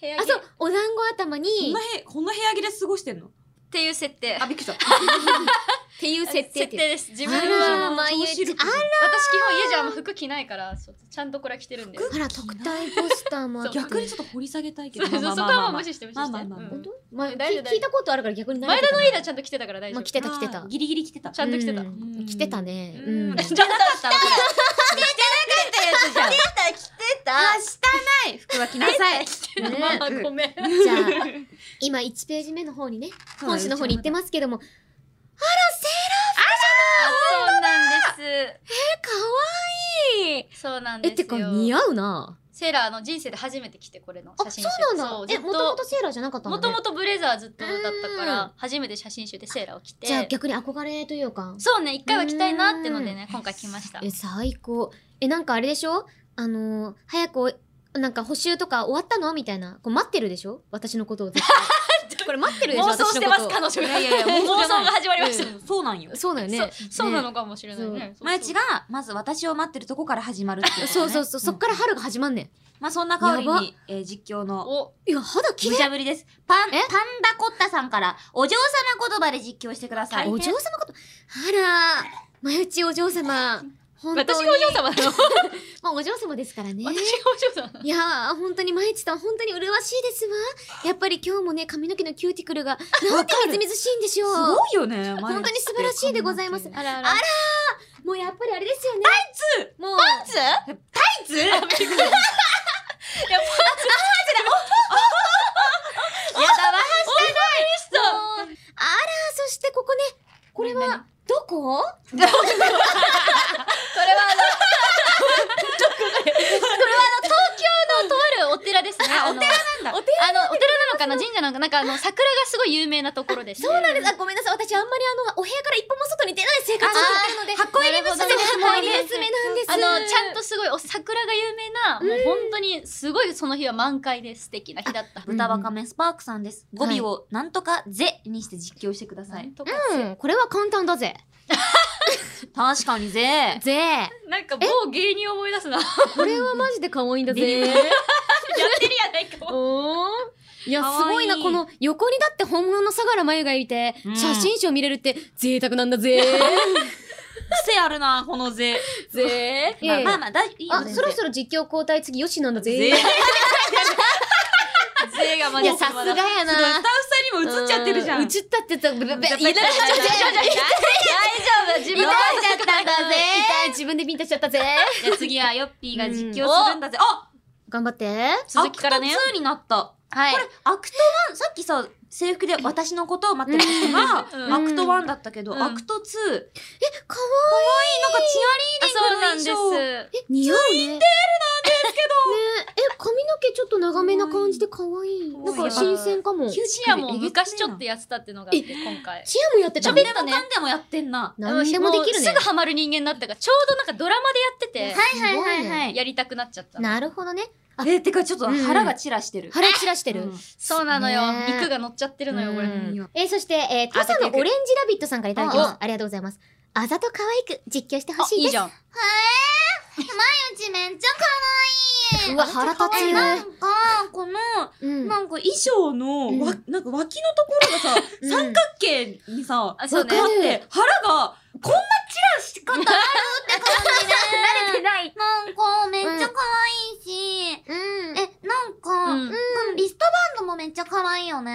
Speaker 5: 部屋
Speaker 2: あ、
Speaker 5: 着。
Speaker 2: そう、お団子頭
Speaker 1: こん
Speaker 2: に
Speaker 1: な、へ、こんな部屋着で過ごしてんの
Speaker 5: っていう設定。
Speaker 1: あ、びっくりした。
Speaker 2: っていう設定っていう。
Speaker 5: です。自
Speaker 2: あ
Speaker 5: 分の。私基
Speaker 2: らー、
Speaker 1: の
Speaker 2: まゆ
Speaker 1: 調子
Speaker 2: ち
Speaker 1: 力、
Speaker 2: あ
Speaker 5: 本家じゃあんま服着ないから、そうちゃんとこれは着てるんで。
Speaker 2: ら、あら、特待ポスターもあっ
Speaker 5: そう
Speaker 2: て。
Speaker 1: 逆にちょっと掘り下げたいけ
Speaker 5: そう
Speaker 1: ど。
Speaker 5: そう
Speaker 1: まあ
Speaker 5: そこ
Speaker 1: まあ
Speaker 5: は
Speaker 1: まあ
Speaker 5: もう
Speaker 1: まあ
Speaker 5: 無視して無視して。
Speaker 1: まあまあまあ
Speaker 5: うん
Speaker 2: 本当まあ、
Speaker 5: 大丈夫
Speaker 2: 聞いたことあるから逆に慣れ
Speaker 5: 前
Speaker 2: て
Speaker 5: 田
Speaker 2: た
Speaker 5: の家ではちゃんと着てたから大丈
Speaker 2: ま
Speaker 5: 夫。
Speaker 2: あ、来てた来て
Speaker 1: あ
Speaker 2: た
Speaker 1: ー。ギリギリ来てた。
Speaker 5: ちゃんと着てた。
Speaker 2: う
Speaker 5: うん
Speaker 1: うん
Speaker 2: 来てたね。うん。
Speaker 5: じゃなかったわこ
Speaker 1: 着てたやつじゃん。
Speaker 2: あ
Speaker 1: ない服は着なさい。
Speaker 5: れ [laughs]
Speaker 2: ね
Speaker 5: まあまあごめん。
Speaker 2: じゃあ、今1ページ目の方にね、本誌の方に行ってますけども、あら、セーラ
Speaker 5: そうなんで
Speaker 2: ーかわいい
Speaker 5: す。そうなん
Speaker 2: え、
Speaker 5: です
Speaker 2: て
Speaker 5: よ。
Speaker 2: か似合うな。
Speaker 5: セーラーの人生で初めて着てこれの
Speaker 2: あ、
Speaker 5: 写真集。
Speaker 2: そうなんだ。
Speaker 5: ず
Speaker 2: え、
Speaker 5: っ
Speaker 2: もとも
Speaker 5: と
Speaker 2: とセーラーじゃなかったの
Speaker 5: もとも
Speaker 2: と。
Speaker 5: とブレザーずっとだったか
Speaker 2: う
Speaker 5: ら、初めて写真集でセーラーを着て。
Speaker 2: じゃあ逆に憧れというか。
Speaker 5: そうね、一回は着たいなってのでね、今回着ました。
Speaker 2: え、最高。え、なんかあれでしょあのー、早くお、なんか補習とか終わったのみたいな。こう待ってるでしょ私のことを絶
Speaker 5: [laughs]
Speaker 2: 対。これ待ってるでしょ
Speaker 5: 妄想
Speaker 2: 私
Speaker 5: し
Speaker 2: の
Speaker 5: てま
Speaker 2: こ
Speaker 5: す、
Speaker 2: と
Speaker 5: 彼女が。
Speaker 1: いやいや
Speaker 5: [laughs] 妄
Speaker 1: 妄想
Speaker 5: 想
Speaker 1: じゃない
Speaker 5: が始まりました。
Speaker 1: うんそうなんよ。
Speaker 2: そうだよね。
Speaker 5: そそうなのかもしれない
Speaker 2: ね
Speaker 5: ね。
Speaker 1: まゆち
Speaker 5: が。
Speaker 1: が、まず私を待ってるとこから始まるってことね
Speaker 2: [laughs] そうそうそう。そっから春が始まんね
Speaker 1: まあそんな香り
Speaker 2: やば
Speaker 1: に、えー実況の
Speaker 5: お、
Speaker 2: ん。いや、肌綺
Speaker 1: 無
Speaker 2: 麗。
Speaker 1: 茶ぶりです。パン、
Speaker 2: え
Speaker 1: パンダコッタさんから、お嬢様言葉で実況してください。
Speaker 2: お嬢様こと。あら、まゆちお嬢様。本当
Speaker 5: 私
Speaker 2: に
Speaker 5: がお嬢様なの。
Speaker 2: まあ、お嬢様ですからね。
Speaker 5: 私がお嬢様なの。
Speaker 2: いやー、本当に、まいちさん、本当に麗しいですわ。やっぱり今日もね、髪の毛のキューティクルが、なんてみずみずしいんでしょう。
Speaker 1: すごいよね。
Speaker 2: 本当に素晴らしいでございます。あらあら。もうやっぱりあれですよね。タイツもう、パンツ
Speaker 1: ずやだ、
Speaker 2: あら、そしてここね、これは、どこ
Speaker 5: これはあの、これはあの、東京のとあるお寺ですね。あの、お寺
Speaker 1: なんだ。
Speaker 5: あの、お寺なのかな神社なのかななんかあの、桜がすごい有名なところです。
Speaker 2: そうなんです。あ、ごめんなさい。私あんまりあの、お部屋から一歩も外に出ない生活を送ってるので。
Speaker 5: 箱入り娘
Speaker 2: そうです箱入り
Speaker 5: です。
Speaker 2: 娘なんです。
Speaker 5: あの、ちゃんとすごいお桜が有名な、もう本当にすごいその日は満開で素敵な日だった。
Speaker 1: 豚バカメスパークさんです。語尾をなんとかぜにして実況してください。
Speaker 5: とか
Speaker 2: うん、これは簡単だぜ。
Speaker 1: 確かにぜ。
Speaker 2: ぜ。
Speaker 5: なんか某芸人を思い出すな。や
Speaker 2: これはマジで可愛いんだぜ。
Speaker 5: ってるやな
Speaker 2: [laughs]
Speaker 5: いか。
Speaker 2: おーいや、
Speaker 1: か
Speaker 2: すご
Speaker 1: わいい
Speaker 2: いな、この横にだって本物の相良真由がいて、
Speaker 1: うん
Speaker 2: 写真集見れるって贅沢なん
Speaker 1: [laughs]
Speaker 2: だぜ。
Speaker 1: 癖あるな、このぜ。
Speaker 2: ぜ
Speaker 1: まあまあまあ、だいいよ
Speaker 2: あ、そろそろ実況交代次、よしなんだぜ。
Speaker 1: ぜ。
Speaker 2: [laughs]
Speaker 1: ぜがま
Speaker 2: いや、さすが
Speaker 1: ス
Speaker 2: や
Speaker 1: タッフ
Speaker 2: な。
Speaker 1: さんにも映っちゃってるじゃん。
Speaker 2: う映ったってた、ブブブ、いなくなっちゃっ
Speaker 5: 大丈夫自
Speaker 2: た。痛
Speaker 5: 分
Speaker 2: い
Speaker 5: は
Speaker 2: ちゃったんだぜ。痛い、自分でビンタしちゃったぜ。
Speaker 1: じゃあ次はヨッピーが実況するんだぜ。あ
Speaker 2: 頑張って。
Speaker 5: 続きからね
Speaker 1: アクト2になった。
Speaker 2: はい
Speaker 1: これ、アクト1、さっきさ、制服で私のことを待ってる人
Speaker 5: うん
Speaker 1: が、アクト1だったけど、
Speaker 5: うん
Speaker 1: アクト2、なんか
Speaker 2: か
Speaker 1: チアリーディングの衣
Speaker 5: そ
Speaker 1: 装
Speaker 5: うなんです。
Speaker 2: わいい。似合うね。ツインテールなんですけど。ねえ、髪の毛ちょっと長めな感じで可愛い。なんか新鮮かも。チ
Speaker 5: シアも昔ちょっとやってたっていうのがあって、今回。
Speaker 2: アもやって
Speaker 1: ち
Speaker 2: た
Speaker 1: ょ
Speaker 2: の
Speaker 1: びっとね。何でもやってんな。
Speaker 2: 何でもできるね
Speaker 5: うす。ぐハマる人間になったから、ちょうどなんかドラマでやって
Speaker 2: いはいはいは
Speaker 5: て、やりたくなっちゃった。
Speaker 2: なるほどね。あ
Speaker 1: え、てかちょっと腹がチラしてる。
Speaker 2: 腹散らしてる。
Speaker 1: うん
Speaker 5: そうなのよ
Speaker 2: ね。え
Speaker 5: 肉が乗っちゃってるのよ、これ。
Speaker 2: うんえーそして、えー、土佐のオレンジラビットさんからいただき
Speaker 5: あ
Speaker 2: ます。ありがとうございます。あざと可愛く実況してほ
Speaker 5: あ、
Speaker 2: しい
Speaker 5: い
Speaker 2: で
Speaker 5: い
Speaker 2: す。
Speaker 5: じゃん。
Speaker 3: うちめっちゃ可愛いう
Speaker 2: わ、腹立
Speaker 1: えなん
Speaker 2: つ。
Speaker 1: か、この、
Speaker 2: うん。
Speaker 1: なんか衣装の、
Speaker 2: うん
Speaker 1: わなんか脇のところがさ、
Speaker 2: うん
Speaker 1: 三角形にさ、
Speaker 5: あそうね
Speaker 1: あって、腹が、こんなチラし方あるって感じで。慣れてない。
Speaker 3: なんかめっちゃ可愛いし、
Speaker 2: うん。
Speaker 3: え、なん
Speaker 5: う
Speaker 3: か、
Speaker 5: ん。
Speaker 3: リストバンドもめっちゃ可愛いよね。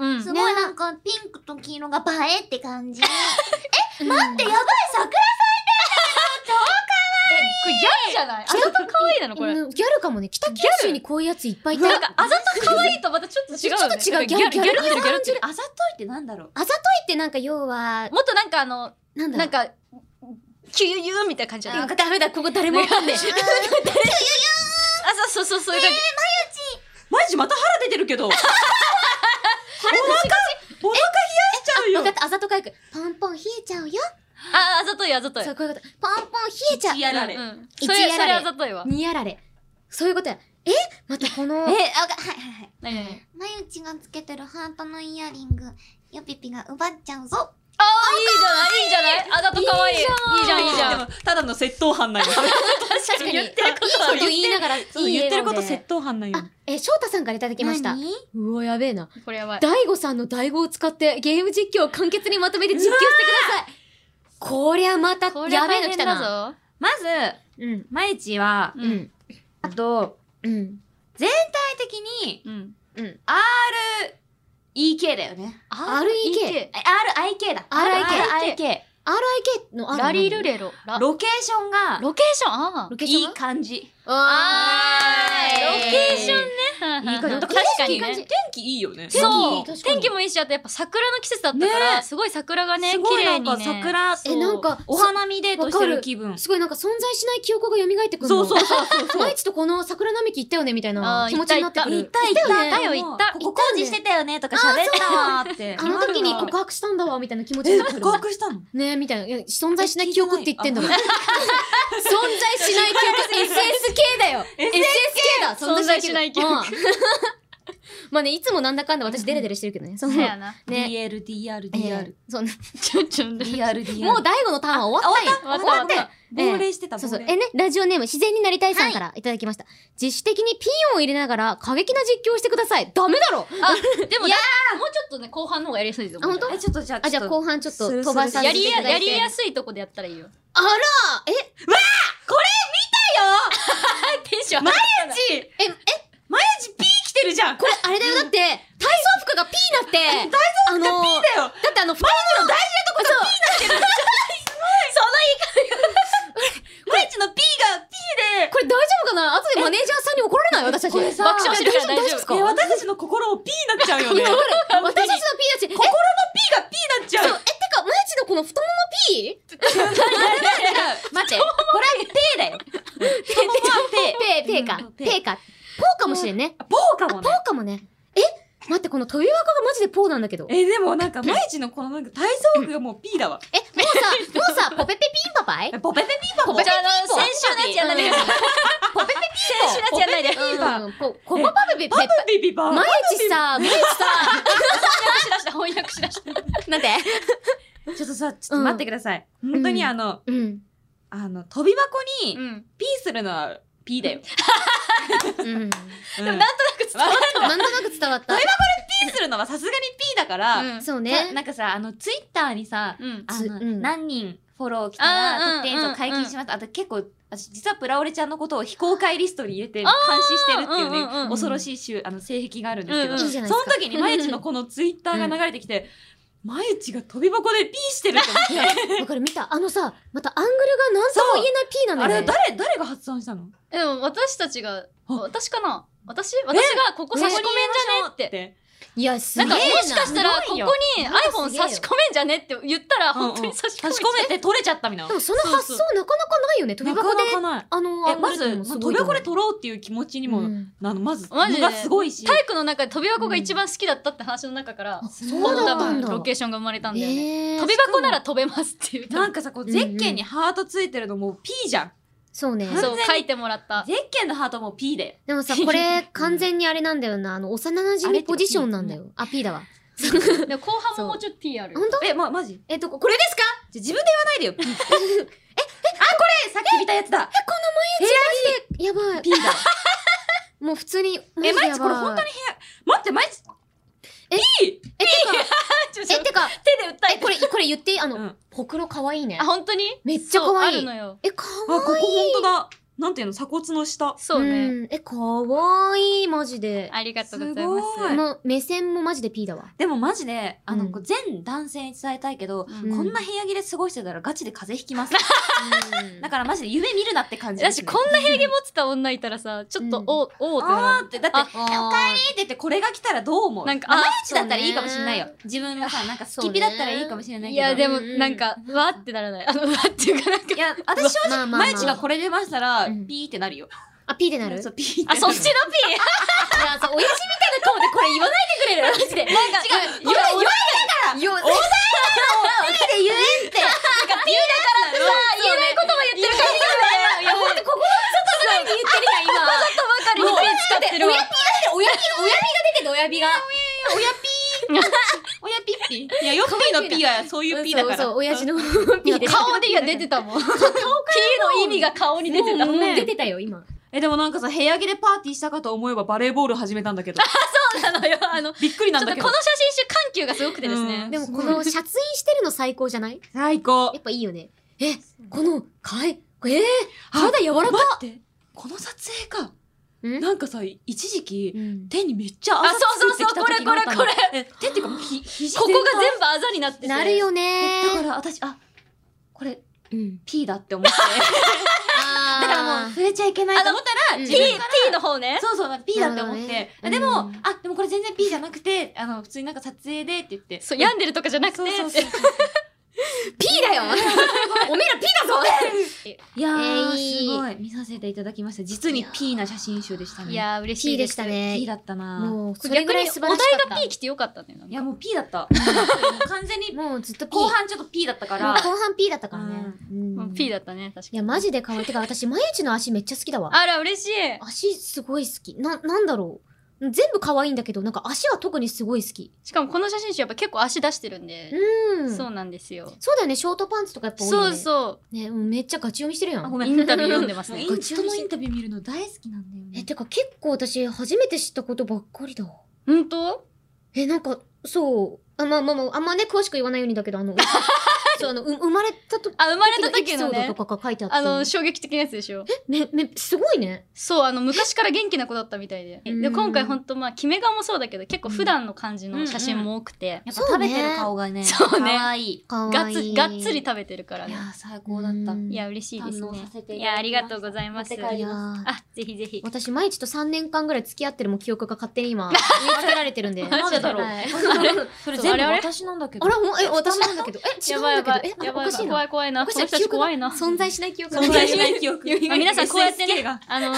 Speaker 5: うん、うん。
Speaker 3: すごいなんかピンクと黄色が映えって感じ。え、待って、やばい、桜
Speaker 5: これギャじゃないあざと可愛いなのこれ。
Speaker 2: うんギャルかもね。北九州にこういうやついっぱいいた。
Speaker 5: なんか、あざと可愛いとまたちょっと違うよね。
Speaker 2: ちょっと違う
Speaker 5: ギャル、
Speaker 2: ギ
Speaker 5: ギ
Speaker 2: ャ
Speaker 5: ャ
Speaker 2: ル
Speaker 5: ルってる、ギャルってる。
Speaker 1: あざといってなんだろう
Speaker 2: あざといってなんか要は、
Speaker 5: もっとなんかあの、
Speaker 2: なんだろうん
Speaker 5: なか、キュユユみたいな感じじゃない
Speaker 2: なんかダメだ、ここ誰もわかん
Speaker 5: [laughs]
Speaker 2: ない。
Speaker 5: あ、そうそうそう、そういう感じ。
Speaker 4: マジまた腹出てるけど。腹お腹、お腹冷やしちゃうよ
Speaker 2: わ。かった、あざとかゆく。ポンポン冷えちゃうよ。
Speaker 5: あ、あざとい、あざとい。
Speaker 2: そう、こういうこと。ポンポン冷えちゃう。
Speaker 4: やられ。
Speaker 5: うん。
Speaker 2: 一
Speaker 5: それ、
Speaker 2: やられ
Speaker 5: それあざといわ。
Speaker 2: にやられ。そういうことや。えまたこの、
Speaker 1: え
Speaker 3: あがはいはいはい
Speaker 5: 何々
Speaker 3: まゆちがつけてるハートのイヤリングよぴぴが奪っちゃうぞ
Speaker 5: ああ、いいじゃない、いいじゃない。あざと可愛い。いいじゃん、いいじゃ
Speaker 4: で
Speaker 5: ん。
Speaker 4: もただの窃盗犯なんよ。
Speaker 2: 確かに、いい
Speaker 4: 言ってること
Speaker 2: こと言いながら、いい
Speaker 4: そう言ってること
Speaker 2: 笑顔で
Speaker 4: 窃盗犯なんよ。
Speaker 2: あ、え、翔太さんからいただきました。
Speaker 3: 何
Speaker 2: うわ、やべえな。
Speaker 5: これやばい。
Speaker 2: 大悟さんの大悟を使ってゲーム実況を簡潔にまとめて実況してください。こりゃまた、
Speaker 5: これ
Speaker 2: やべえ
Speaker 5: 大
Speaker 2: の来た
Speaker 5: 変だ
Speaker 2: な。
Speaker 5: ぞ。
Speaker 1: まず、
Speaker 2: うん。
Speaker 1: まいちは、
Speaker 2: う
Speaker 5: う。
Speaker 2: んん。
Speaker 1: あと、
Speaker 2: うん。
Speaker 1: 具体的に
Speaker 5: うん。
Speaker 1: EK だよね。
Speaker 2: RIK。
Speaker 1: RIK だ。
Speaker 5: RIK
Speaker 1: RIK。
Speaker 2: RIK の R
Speaker 5: ラリルレロ。ラ
Speaker 1: ロケーションが、
Speaker 5: ロケーションああ。
Speaker 2: ロケーシ
Speaker 1: い
Speaker 2: ョン
Speaker 1: い感じ。
Speaker 2: あ
Speaker 5: ーロケーションね。
Speaker 1: いい感じ
Speaker 5: 確かにね。
Speaker 4: 天気いいよね。
Speaker 5: そ
Speaker 2: 天気いい確
Speaker 5: う。
Speaker 2: かに
Speaker 5: 天気もいいし、あとやっぱ桜の季節だったから、すごい桜がね、
Speaker 1: す
Speaker 5: 綺
Speaker 1: ごいな
Speaker 5: 麗
Speaker 1: ん
Speaker 5: にね
Speaker 1: か。桜、
Speaker 2: え、なんか、
Speaker 1: お花見デートしてる気分。
Speaker 2: すごいなんか存在しない記憶が蘇ってくる
Speaker 4: そうそう
Speaker 2: そうそう。 [laughs] 毎日とこの桜並木行ったよねみたい
Speaker 5: あ
Speaker 2: な
Speaker 5: ー
Speaker 2: 気持ちになってくる。
Speaker 5: 行
Speaker 1: た行
Speaker 2: 行った
Speaker 5: よね行った
Speaker 1: ここ工事してたよねとか喋ったなーって。
Speaker 2: [laughs] あの時に告白したんだわみたいな気持ちになってくる。
Speaker 4: したの
Speaker 2: ねえみたいな。いや存在しない記憶って言ってんだもん。存在 [laughs] しない記
Speaker 5: [laughs]
Speaker 2: 憶、SSK だよ !SSK だ
Speaker 5: 存在しない記憶。
Speaker 2: 存在しないうん [laughs] まあね、いつもなんだかんだ私デレデレしてるけどね。そう
Speaker 5: そうやな。
Speaker 2: ね。
Speaker 1: DL、DR、
Speaker 2: えー
Speaker 1: DR。
Speaker 2: そうね。
Speaker 5: ちょ、ちょ、
Speaker 1: DR、DR。
Speaker 2: もう大悟のターンは終わったよ。
Speaker 5: 終わった終わった
Speaker 2: ええ
Speaker 1: 亡霊してた、
Speaker 2: そうそう。
Speaker 1: 亡
Speaker 2: え
Speaker 1: 霊
Speaker 2: ね、ラジオネーム自然になりたいさんからいただきました。自主的にピンを入れながら過激な実況をしてください。ダメだろ
Speaker 5: でもね、もうちょっとね、後半の方がやりやすいですよ。
Speaker 2: あ本当
Speaker 1: え、ちょっとじゃあ、
Speaker 2: あ、じゃあ
Speaker 1: ちょっと
Speaker 2: 後半ちょっと飛ばさせ
Speaker 5: や
Speaker 2: て
Speaker 5: り
Speaker 2: いた
Speaker 5: や、
Speaker 2: だいて。
Speaker 5: やりやすいとこでやったらいいよ。
Speaker 2: あらえ
Speaker 5: [laughs] テンション上がったな。
Speaker 2: え、え、
Speaker 4: 毎日ピー来てるじゃん
Speaker 2: これあれだよ。だって、体操服がピーなって。 [laughs] 体操服がピー
Speaker 4: だよ
Speaker 2: だってあの、双子の大事なとこがピー
Speaker 4: 毎日
Speaker 2: [laughs]
Speaker 4: のピーがピーで
Speaker 2: これ大丈夫かな後でマネージャーさんに怒られない私たち。
Speaker 1: これさ
Speaker 2: [laughs] 爆笑してるから
Speaker 5: 大
Speaker 2: 大
Speaker 5: 丈
Speaker 2: 丈夫で
Speaker 5: 夫
Speaker 2: すか
Speaker 4: え私たちの心をピーになっちゃうよね。
Speaker 2: 怒
Speaker 4: 心の
Speaker 2: られ私たちのピーだし。え、そう、え、て
Speaker 4: ピーがピーになっちゃう。
Speaker 2: か、マジのこの太ももピー
Speaker 1: 待って、これはペ
Speaker 5: [laughs]
Speaker 1: ーだよ。
Speaker 2: ペー、ペーか
Speaker 1: うん。
Speaker 2: ペ
Speaker 1: ペー
Speaker 2: ーか。ポーかもしれんね。
Speaker 4: ポーかも
Speaker 2: ポ
Speaker 4: ね。
Speaker 2: ーかもね。え待って、この鳥若がマジでポーなんだけど。え、も
Speaker 4: え、でもなんか、毎日のこのなんか体操服がもうピーだわ。
Speaker 2: うさ、もうさ、ポペペピンパパイ
Speaker 4: ポペペピーパも
Speaker 2: ポペペ
Speaker 5: じゃああの、
Speaker 2: ピンポ
Speaker 5: 先週のやつやんないで。
Speaker 2: うんポペペピンポ
Speaker 5: 先週のやつやんないで。
Speaker 2: うんうんうんポコパパペペペ
Speaker 4: パブビビパ
Speaker 2: 毎日さ、毎日さ、
Speaker 5: しだした、翻訳しだした。
Speaker 2: なんて
Speaker 1: ちょっとさ、ちょっと待ってください。
Speaker 2: ん
Speaker 1: 本当にあの、
Speaker 2: うん。
Speaker 1: あの、飛び箱に
Speaker 5: ん。
Speaker 1: ピーするのはピーだよ。
Speaker 2: うん。
Speaker 4: でも
Speaker 2: なんとなく伝わった。
Speaker 1: ピーするのはさすがにピーだから、
Speaker 5: うん
Speaker 2: そう
Speaker 1: さ
Speaker 2: ね。
Speaker 1: なんかさ、あの、ツイッターにさ、
Speaker 5: うん。
Speaker 1: あの、
Speaker 2: うん
Speaker 1: 何人フォロー来た
Speaker 5: あー
Speaker 1: ら、
Speaker 5: うん
Speaker 1: 特典
Speaker 5: う
Speaker 1: と
Speaker 5: ん
Speaker 1: 解禁します。あと結構、私実はプラオレちゃんのことを非公開リストに入れて監視してるっていうね、
Speaker 5: うんうんうん
Speaker 1: 恐ろしい種、あの、性癖があるんですけど、
Speaker 5: うんうん
Speaker 2: いいじゃないで
Speaker 1: そ
Speaker 2: す
Speaker 1: の
Speaker 2: か。
Speaker 1: 時に、まゆちのこのツイッターが流れてきて、まゆちが飛び箱でピーしてると思っ
Speaker 2: い
Speaker 1: て
Speaker 2: や、わかる、見た。あのさ、またアングルがなんとも言えない P な
Speaker 1: あ
Speaker 2: のよ
Speaker 1: れ、
Speaker 2: ね。
Speaker 1: 誰、誰が発案したの
Speaker 5: でも、私たちが、
Speaker 1: あ
Speaker 5: 私かな私私が、ここ差し込めんじゃねって。
Speaker 4: て。
Speaker 2: いや、す
Speaker 5: な
Speaker 2: げ
Speaker 5: ん
Speaker 2: えな。
Speaker 5: か、もしかしたら、ここ
Speaker 1: す
Speaker 5: に
Speaker 1: ごいよ
Speaker 5: iPhone 差し込めんじゃねって言ったら、
Speaker 1: うんうん
Speaker 5: 本当に差し込め
Speaker 1: 差
Speaker 5: ん
Speaker 1: し
Speaker 5: じゃ
Speaker 1: 込
Speaker 5: ね
Speaker 1: めて取れちゃったみたいな
Speaker 2: で。もその発想なかなかないよね。飛び
Speaker 1: なか
Speaker 2: 箱で
Speaker 1: な。かない。
Speaker 2: あの、
Speaker 1: え、まず、飛び箱で
Speaker 2: と
Speaker 1: 取ろうっていう気持ちに
Speaker 2: う
Speaker 1: も、
Speaker 2: ん
Speaker 1: あの、まず、
Speaker 5: マジ
Speaker 1: のが
Speaker 5: で
Speaker 1: すごいし。
Speaker 5: 体育の中で飛び箱が一番好きだったって話の中から、
Speaker 2: あ
Speaker 5: こ
Speaker 2: そう
Speaker 5: の
Speaker 2: だ
Speaker 5: 多
Speaker 2: ったん
Speaker 5: 分
Speaker 2: だ。
Speaker 5: ロケーションが生まれたんだよね。
Speaker 2: えー
Speaker 5: 飛び箱なら飛べますっていう。
Speaker 1: なんかさ、こう、ゼッケンにハートついてるのもう P じゃん。
Speaker 2: そうね。
Speaker 5: そう、書いてもらった。
Speaker 1: ゼッケンのハートも P だよ。
Speaker 2: でもさ、これ完全にあれなんだよな。あの、幼馴染みポジションなんだよ。あ、P だわ。
Speaker 5: でも後半ももうちょっと P ある。
Speaker 2: 本当
Speaker 1: え、ま、マジ
Speaker 2: え、どこ、これですか
Speaker 1: じゃ自分で言わないでよ、P っ
Speaker 5: [laughs]
Speaker 1: て。え、え、あ、これさっき見たやつだ
Speaker 2: えやばい。
Speaker 1: !P だ。
Speaker 2: [laughs] もう普通に。
Speaker 1: え、マジ
Speaker 2: マジで
Speaker 1: これ本当に部屋、待って、マジ
Speaker 2: え、
Speaker 5: え
Speaker 2: てか、え、てか、
Speaker 5: 手で訴
Speaker 2: え、これ、これ言っていいあ
Speaker 1: う
Speaker 2: の
Speaker 1: ん、
Speaker 2: ほくろかわいいね
Speaker 5: あ、。本当に
Speaker 2: めっちゃ可愛い
Speaker 5: そうあるのよ。
Speaker 2: え、か
Speaker 1: あ、
Speaker 2: わ
Speaker 1: ここ本当だ。なんていうの鎖骨の下。
Speaker 5: そう
Speaker 2: いい
Speaker 5: ね。
Speaker 2: うん。え、かわいい、ママジで。
Speaker 5: ありがとうございますす
Speaker 1: ごい
Speaker 2: この目線もマジで P だわ。
Speaker 1: でもマジで、あの、
Speaker 2: うん
Speaker 1: こう全男性に伝えたいけど、
Speaker 5: うん
Speaker 2: うん
Speaker 1: こんな部屋着で過ごしてたらガチで風邪ひきます。だ
Speaker 2: なんか
Speaker 1: からマジで夢見るなって感じ
Speaker 5: だ
Speaker 1: で
Speaker 5: し
Speaker 1: すね。
Speaker 5: こんな平気持ってた女いたらさちょっとお、おおってな
Speaker 1: あ
Speaker 5: る
Speaker 1: ーって、だって、
Speaker 5: あ
Speaker 1: おかえりって言ってこれが来たらどう思う
Speaker 5: なんか
Speaker 1: あ、
Speaker 5: あ
Speaker 1: 毎日だったらいいかもしれないよ
Speaker 2: そ。
Speaker 1: 自分もさ、なんかス
Speaker 2: そう
Speaker 1: キ
Speaker 2: ね
Speaker 1: ピだったらいいかもしれない
Speaker 5: い
Speaker 1: けど。
Speaker 5: やで
Speaker 1: も、
Speaker 5: もなんかわーってならないあのわーっていうかなんか
Speaker 1: いや、私正
Speaker 2: ま
Speaker 1: 直、
Speaker 2: あまあまあ
Speaker 1: 毎日がこれ出ましたら、
Speaker 2: うん
Speaker 1: ピーってなるよ。
Speaker 2: あ、P でなる
Speaker 1: そう、ピーってな
Speaker 5: あ
Speaker 1: る。
Speaker 5: そっちの P
Speaker 1: あそう親父みたいな顔でこれ言わないでくれる。マジで。なんか、違う。 [laughs] 言わないで
Speaker 2: よ、お
Speaker 5: 言えないことも言ってる感じだよねいやほんとここ
Speaker 1: くれる。もう
Speaker 5: 使ってるわ
Speaker 1: 親指が。親ピー。親ピー。いや、ヨッピーのピーはそういうピーだから。
Speaker 2: そうそう、親父の
Speaker 5: い
Speaker 2: P
Speaker 5: や
Speaker 2: で。
Speaker 5: 顔でいや出てたもん P の意味が顔に出てた
Speaker 1: もうね
Speaker 2: 出てたよ、今。
Speaker 1: え、でもなんかさ、部屋着でパーティーしたかと思えばバレーボール始めたんだ
Speaker 2: [laughs]
Speaker 1: けど。
Speaker 5: そうなのよあのち
Speaker 1: びっくり
Speaker 5: ょ
Speaker 1: な
Speaker 5: っ
Speaker 1: ん
Speaker 5: とこ
Speaker 1: だ
Speaker 5: の
Speaker 1: け
Speaker 5: 写
Speaker 1: ど。
Speaker 5: 真集緩急がすごくてですね、
Speaker 1: うん
Speaker 2: でも、この、 [laughs] シャツインしてるの最高じゃない
Speaker 1: 最高
Speaker 2: や。っぱいいよね。え、この、かえ、えー、体柔らか
Speaker 1: 待って。この撮影か。
Speaker 2: ん
Speaker 1: なんかさ、一時期、
Speaker 2: うん
Speaker 1: 手にめっちゃあざ
Speaker 5: あそう
Speaker 1: つ
Speaker 5: そ
Speaker 1: いうてき
Speaker 5: そう
Speaker 1: た時があったの
Speaker 5: これこれこ
Speaker 1: え手っていう
Speaker 5: [laughs]
Speaker 1: か、ひ、肘
Speaker 5: ここが
Speaker 1: 全
Speaker 5: 全部あざになってて
Speaker 2: なるよ
Speaker 1: 体だ
Speaker 2: ね
Speaker 1: から私、あ、これ、
Speaker 2: うん。
Speaker 1: P だって思って。
Speaker 5: [laughs]
Speaker 2: あ
Speaker 1: だからもう、触れちゃいけないと思ったら、
Speaker 2: うん
Speaker 1: 自
Speaker 5: P,
Speaker 1: 分
Speaker 5: P の方
Speaker 2: [laughs]
Speaker 5: ね
Speaker 1: そうそう、P だって思っ
Speaker 2: なる
Speaker 1: て。
Speaker 2: ほど
Speaker 1: で
Speaker 2: ねうん
Speaker 1: も、あ、でもこれ全然 P じゃなくて、あの、普通になんか撮影でって言って。
Speaker 5: そう病んでるとかじゃなくて
Speaker 1: そうそうそう。
Speaker 2: P だよおめえら P だぞ
Speaker 1: いやー、
Speaker 2: えい
Speaker 1: すごい。見させていただきました。実に P な写真集でしたね。
Speaker 5: いやー嬉し
Speaker 2: P
Speaker 5: い
Speaker 2: ですしたね。
Speaker 1: P だったな
Speaker 2: もう、そ
Speaker 5: 逆
Speaker 2: れ
Speaker 5: に
Speaker 2: ぐらい素晴らしかった。
Speaker 5: お題が P 来てよかったねなん
Speaker 1: い
Speaker 5: か
Speaker 1: や、もう P だった。完全に、
Speaker 2: もうずっと P。
Speaker 1: 後半ちょっと P だったか
Speaker 2: もう
Speaker 1: ら。
Speaker 2: 後半 P だったからね。うん
Speaker 5: もう P だったね確か
Speaker 2: い
Speaker 5: に
Speaker 2: や、マジで可愛い。てか、私、毎日の足めっちゃ好きだわ。
Speaker 5: あら嬉しい
Speaker 2: 足すごい好き。な、なんだろう。全部可愛いんだけど、なんか足は特にすごい好き。
Speaker 5: しかもこの写真集やっぱ結構足出してるんで、
Speaker 2: うん。
Speaker 5: そうなんですよ
Speaker 2: そうだよね、ショートパンツとかやっぱ多い
Speaker 5: そ
Speaker 2: よ
Speaker 5: う
Speaker 2: ね。。
Speaker 5: そう
Speaker 2: ね、うんめっちゃガチ読みしてるや
Speaker 1: あ
Speaker 2: ん。
Speaker 1: ごめん
Speaker 5: インタビュー読んでます
Speaker 1: もう
Speaker 5: ね
Speaker 1: イン人のインタビュー見るの大好きなんだよ
Speaker 2: え、
Speaker 1: ね。
Speaker 2: てか結構私、初めて知ったことばっかりだ。
Speaker 5: 本当
Speaker 2: え、なんか、そう。あ、まあまあまあ、あんまね、詳しく言わないようにだけど、あ
Speaker 5: [laughs]
Speaker 2: の、そう、あの、う生まれたと、
Speaker 5: あ生まれた
Speaker 2: エピ
Speaker 5: 時
Speaker 2: ソ
Speaker 5: の
Speaker 2: ード
Speaker 5: ね
Speaker 2: とかが書いてあって。
Speaker 5: あの衝撃的なやつでしょ
Speaker 2: め、め、すごいね。
Speaker 5: そうあの昔から元気な子だったみたいで
Speaker 2: うん
Speaker 5: で今回ほんとまあキメ顔もそうだけど結構普段の感じの写真も多くて、
Speaker 1: やっぱ食べてる顔がね、
Speaker 5: そうね
Speaker 1: 可愛い。
Speaker 2: か
Speaker 5: が
Speaker 2: わ
Speaker 5: っ
Speaker 2: い
Speaker 5: つ
Speaker 2: い。
Speaker 5: がっつり食べてるから
Speaker 1: い
Speaker 5: ね
Speaker 1: やー、最高だった。
Speaker 2: うん
Speaker 5: いや嬉しいです
Speaker 1: 堪能させて
Speaker 5: ね
Speaker 1: いただきまし
Speaker 5: い
Speaker 1: た
Speaker 5: やありがとうございます
Speaker 1: 持って帰
Speaker 2: い
Speaker 1: り
Speaker 2: やー
Speaker 5: あぜひぜひ
Speaker 2: 私、毎日と3年間ぐらい付き合ってるもう記憶が勝手に
Speaker 5: [laughs]
Speaker 2: 今、植え付けられてるんで。
Speaker 1: なんでだろう
Speaker 2: はい。
Speaker 1: [laughs] それ
Speaker 5: そう
Speaker 1: 全
Speaker 5: あ
Speaker 1: 部
Speaker 5: れあれ
Speaker 1: 私なんだけど。
Speaker 2: あら、おえ、私なんだけど。え、違
Speaker 5: や
Speaker 2: うん
Speaker 5: ばいや
Speaker 2: だ
Speaker 5: ば
Speaker 2: け
Speaker 5: い
Speaker 2: ど。え、
Speaker 5: や
Speaker 2: あお
Speaker 5: ばい
Speaker 2: かしい
Speaker 5: 怖
Speaker 2: な。
Speaker 5: い怖いな
Speaker 2: お
Speaker 5: こ
Speaker 2: かしい
Speaker 5: の
Speaker 2: な
Speaker 5: 人た
Speaker 2: 記
Speaker 5: ち
Speaker 2: 憶が
Speaker 5: 怖いな
Speaker 2: 存在しない記憶が
Speaker 1: 存在しない記憶。
Speaker 5: あ皆さ
Speaker 1: [laughs]
Speaker 5: んこうやってね
Speaker 1: SSK が
Speaker 5: あの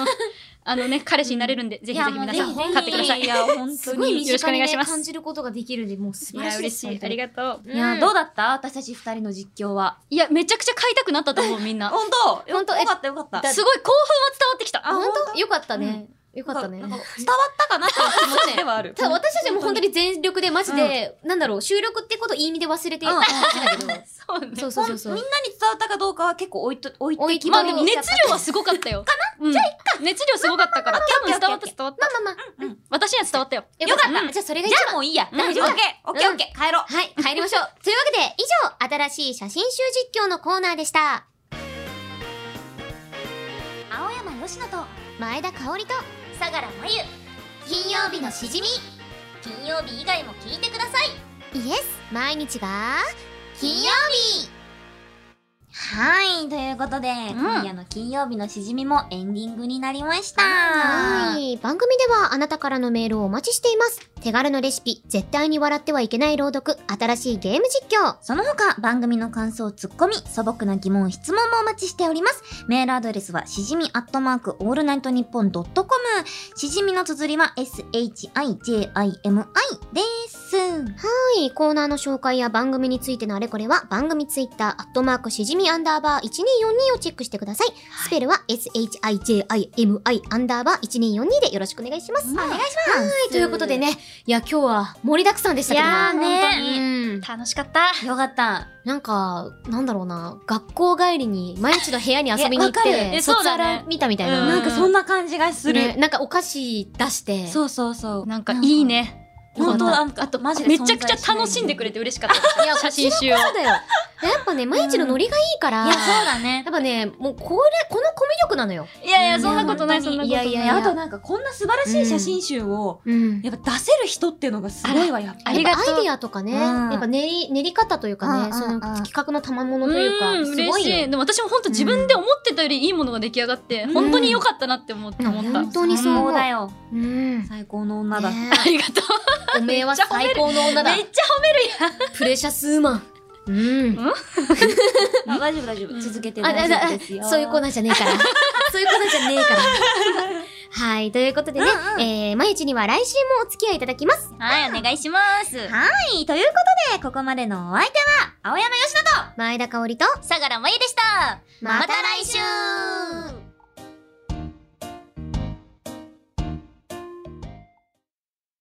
Speaker 5: あのね彼氏になれるんで、ぜひぜひ皆さん
Speaker 1: 本
Speaker 5: 買ってください
Speaker 1: いや、本当に。
Speaker 2: すごい身
Speaker 5: よろしく
Speaker 2: 近
Speaker 5: お
Speaker 2: に
Speaker 5: 願いし
Speaker 2: ね
Speaker 5: ます
Speaker 2: 感じることができるんで、もう素晴
Speaker 5: い
Speaker 2: ら
Speaker 5: や
Speaker 2: しい
Speaker 5: 嬉しいあり
Speaker 2: が
Speaker 5: がとう
Speaker 1: いやー、どうだった私たち二人の実況は。
Speaker 5: いやめちゃくちゃ買いたくなったと思うみん [laughs] な
Speaker 1: 本当
Speaker 2: 本当
Speaker 1: よかったよかった。
Speaker 5: すごい興奮は伝わってきた
Speaker 1: あ
Speaker 2: 本
Speaker 1: 本
Speaker 2: 当よかったね。よかったね
Speaker 1: な。んか伝わったかなっていう気持ちで [laughs] はある。
Speaker 2: ただ私たちも本当に全力で、マジで、なんだろう、収録ってこといい意味で忘れて
Speaker 1: うんうん
Speaker 2: た
Speaker 1: ん
Speaker 2: だけど。
Speaker 5: そうね
Speaker 2: そ
Speaker 1: ほ
Speaker 2: うそ
Speaker 1: ん
Speaker 2: うそう
Speaker 1: みん
Speaker 2: そ
Speaker 1: なに
Speaker 2: う。
Speaker 1: 伝わったかどうかは結置いと置い
Speaker 2: 置い
Speaker 1: て
Speaker 2: て
Speaker 1: き
Speaker 5: ま
Speaker 1: ぼ
Speaker 5: あ
Speaker 1: り
Speaker 5: で
Speaker 1: に
Speaker 5: も
Speaker 1: しちゃ
Speaker 5: 熱
Speaker 1: った
Speaker 5: 量はすごかったよ。かな、じゃあいっか。熱量すごかったから、多分伝わった伝わった。
Speaker 2: まあまあま
Speaker 1: うん
Speaker 5: 私には伝わったよ。
Speaker 2: あ。
Speaker 1: よかった
Speaker 2: うんじゃあそれが一
Speaker 1: じ
Speaker 2: 番
Speaker 1: ゃあもういいや。
Speaker 2: うん
Speaker 1: 大丈夫。
Speaker 2: うん
Speaker 1: オッケーオッケーオッケー帰ろう。
Speaker 2: はい、帰りましょう。というわけで、以上、新しい写真集実況のコーナーでした。
Speaker 3: 青山よしのと
Speaker 2: 前田香織と、
Speaker 3: 相良真由金曜日のしじみ金曜日以外も聞いてください
Speaker 2: イエス、毎日が、
Speaker 3: 金曜日はいということで、今夜の金曜日のしじみもエンディングになりました
Speaker 2: はい。番組ではあなたからのメールをお待ちしています。手軽のレシピ、絶対に笑ってはいけない朗読、新しいゲーム実況。
Speaker 3: その他、番組の感想、ツッコミ、素朴な疑問、質問もお待ちしております。メールアドレスは、しじみアットマーク、オールナイトニッポンドットコム。しじみの綴りは、shijimi です。
Speaker 2: はい、コーナーの紹介や番組についてのあれこれは、番組ツイッター、アットマーク、しじみアンダーバー1242をチェックしてください。スペルは、shijimi アンダーバー1242でよろしくお願いします。
Speaker 5: お願いしま
Speaker 2: はい、ということでね、いや、今日は盛りだくさんでしたけども
Speaker 5: いやーね
Speaker 2: うん
Speaker 5: す。楽しかった。
Speaker 1: よかった。
Speaker 2: なんか、なんだろうな、学校帰りに、毎日の部屋に遊びに [laughs] 行っ
Speaker 1: えわか
Speaker 2: て、
Speaker 5: るえ
Speaker 2: 卒
Speaker 5: そうだね
Speaker 2: アラ見たみたいな。
Speaker 5: うん
Speaker 1: なんかそんな感じがす
Speaker 2: ね
Speaker 1: る。
Speaker 2: なんかお菓子出して。
Speaker 1: そうそうそう。
Speaker 5: なんかいいね。
Speaker 1: 本当
Speaker 2: よか
Speaker 1: なんか、あとマジで
Speaker 5: めちゃくちゃ楽しんでくれて嬉しかった。
Speaker 2: いや、
Speaker 5: 写真集を
Speaker 2: こっちの子だよ。やっぱね、毎日のノリがいいから、
Speaker 1: いや、そう
Speaker 2: や
Speaker 1: だね。
Speaker 2: っぱね、もうこれ、このコミュ力なのよ。
Speaker 5: いやいや、そんなことない、
Speaker 2: いや
Speaker 5: そんなことない。
Speaker 2: いやいや
Speaker 1: い
Speaker 2: いや
Speaker 1: やあとなんかこんな素晴らしい写真集を、
Speaker 2: うん。
Speaker 1: やっぱ出せる人っていうのがすごいわ、やっぱ
Speaker 5: あ
Speaker 1: り。
Speaker 5: りがとう
Speaker 2: アイディアとかね、
Speaker 3: うん
Speaker 2: やっぱ練り練り方というか
Speaker 3: うん
Speaker 2: ね、その
Speaker 3: うんうん
Speaker 2: 企画の賜物
Speaker 5: う
Speaker 2: というか、
Speaker 5: ん、
Speaker 2: すご
Speaker 5: 嬉
Speaker 2: い
Speaker 5: し
Speaker 2: よ。
Speaker 5: い。でも私も本当自分で思ってたよりいいものが出来上がって、本当に良かったなって思って思った。
Speaker 2: 本当にそう思う。
Speaker 1: だよ。
Speaker 2: うん。ね
Speaker 1: 最高の女だ。
Speaker 2: え
Speaker 5: ありがと
Speaker 2: おめえは最高の女だ。
Speaker 5: めっ
Speaker 2: ちゃ褒めるやん。プレシャスウーマン。うん。
Speaker 1: あ大丈夫大丈
Speaker 5: う
Speaker 1: 夫。
Speaker 5: ん
Speaker 1: 続けて
Speaker 2: あ、だ
Speaker 1: 大丈
Speaker 2: だ
Speaker 1: 夫ですよ。
Speaker 2: そういうコーナーじゃねえから。そういうコーナーじゃねえから。はい。ということでね、えー、まゆちには来週もお付き合いいただきます。
Speaker 5: う。はい、お願いします。
Speaker 3: はい、ということで、ここまでのお相手は、青山よし
Speaker 2: 前田香織と、
Speaker 5: 相良真由でした。
Speaker 2: また来週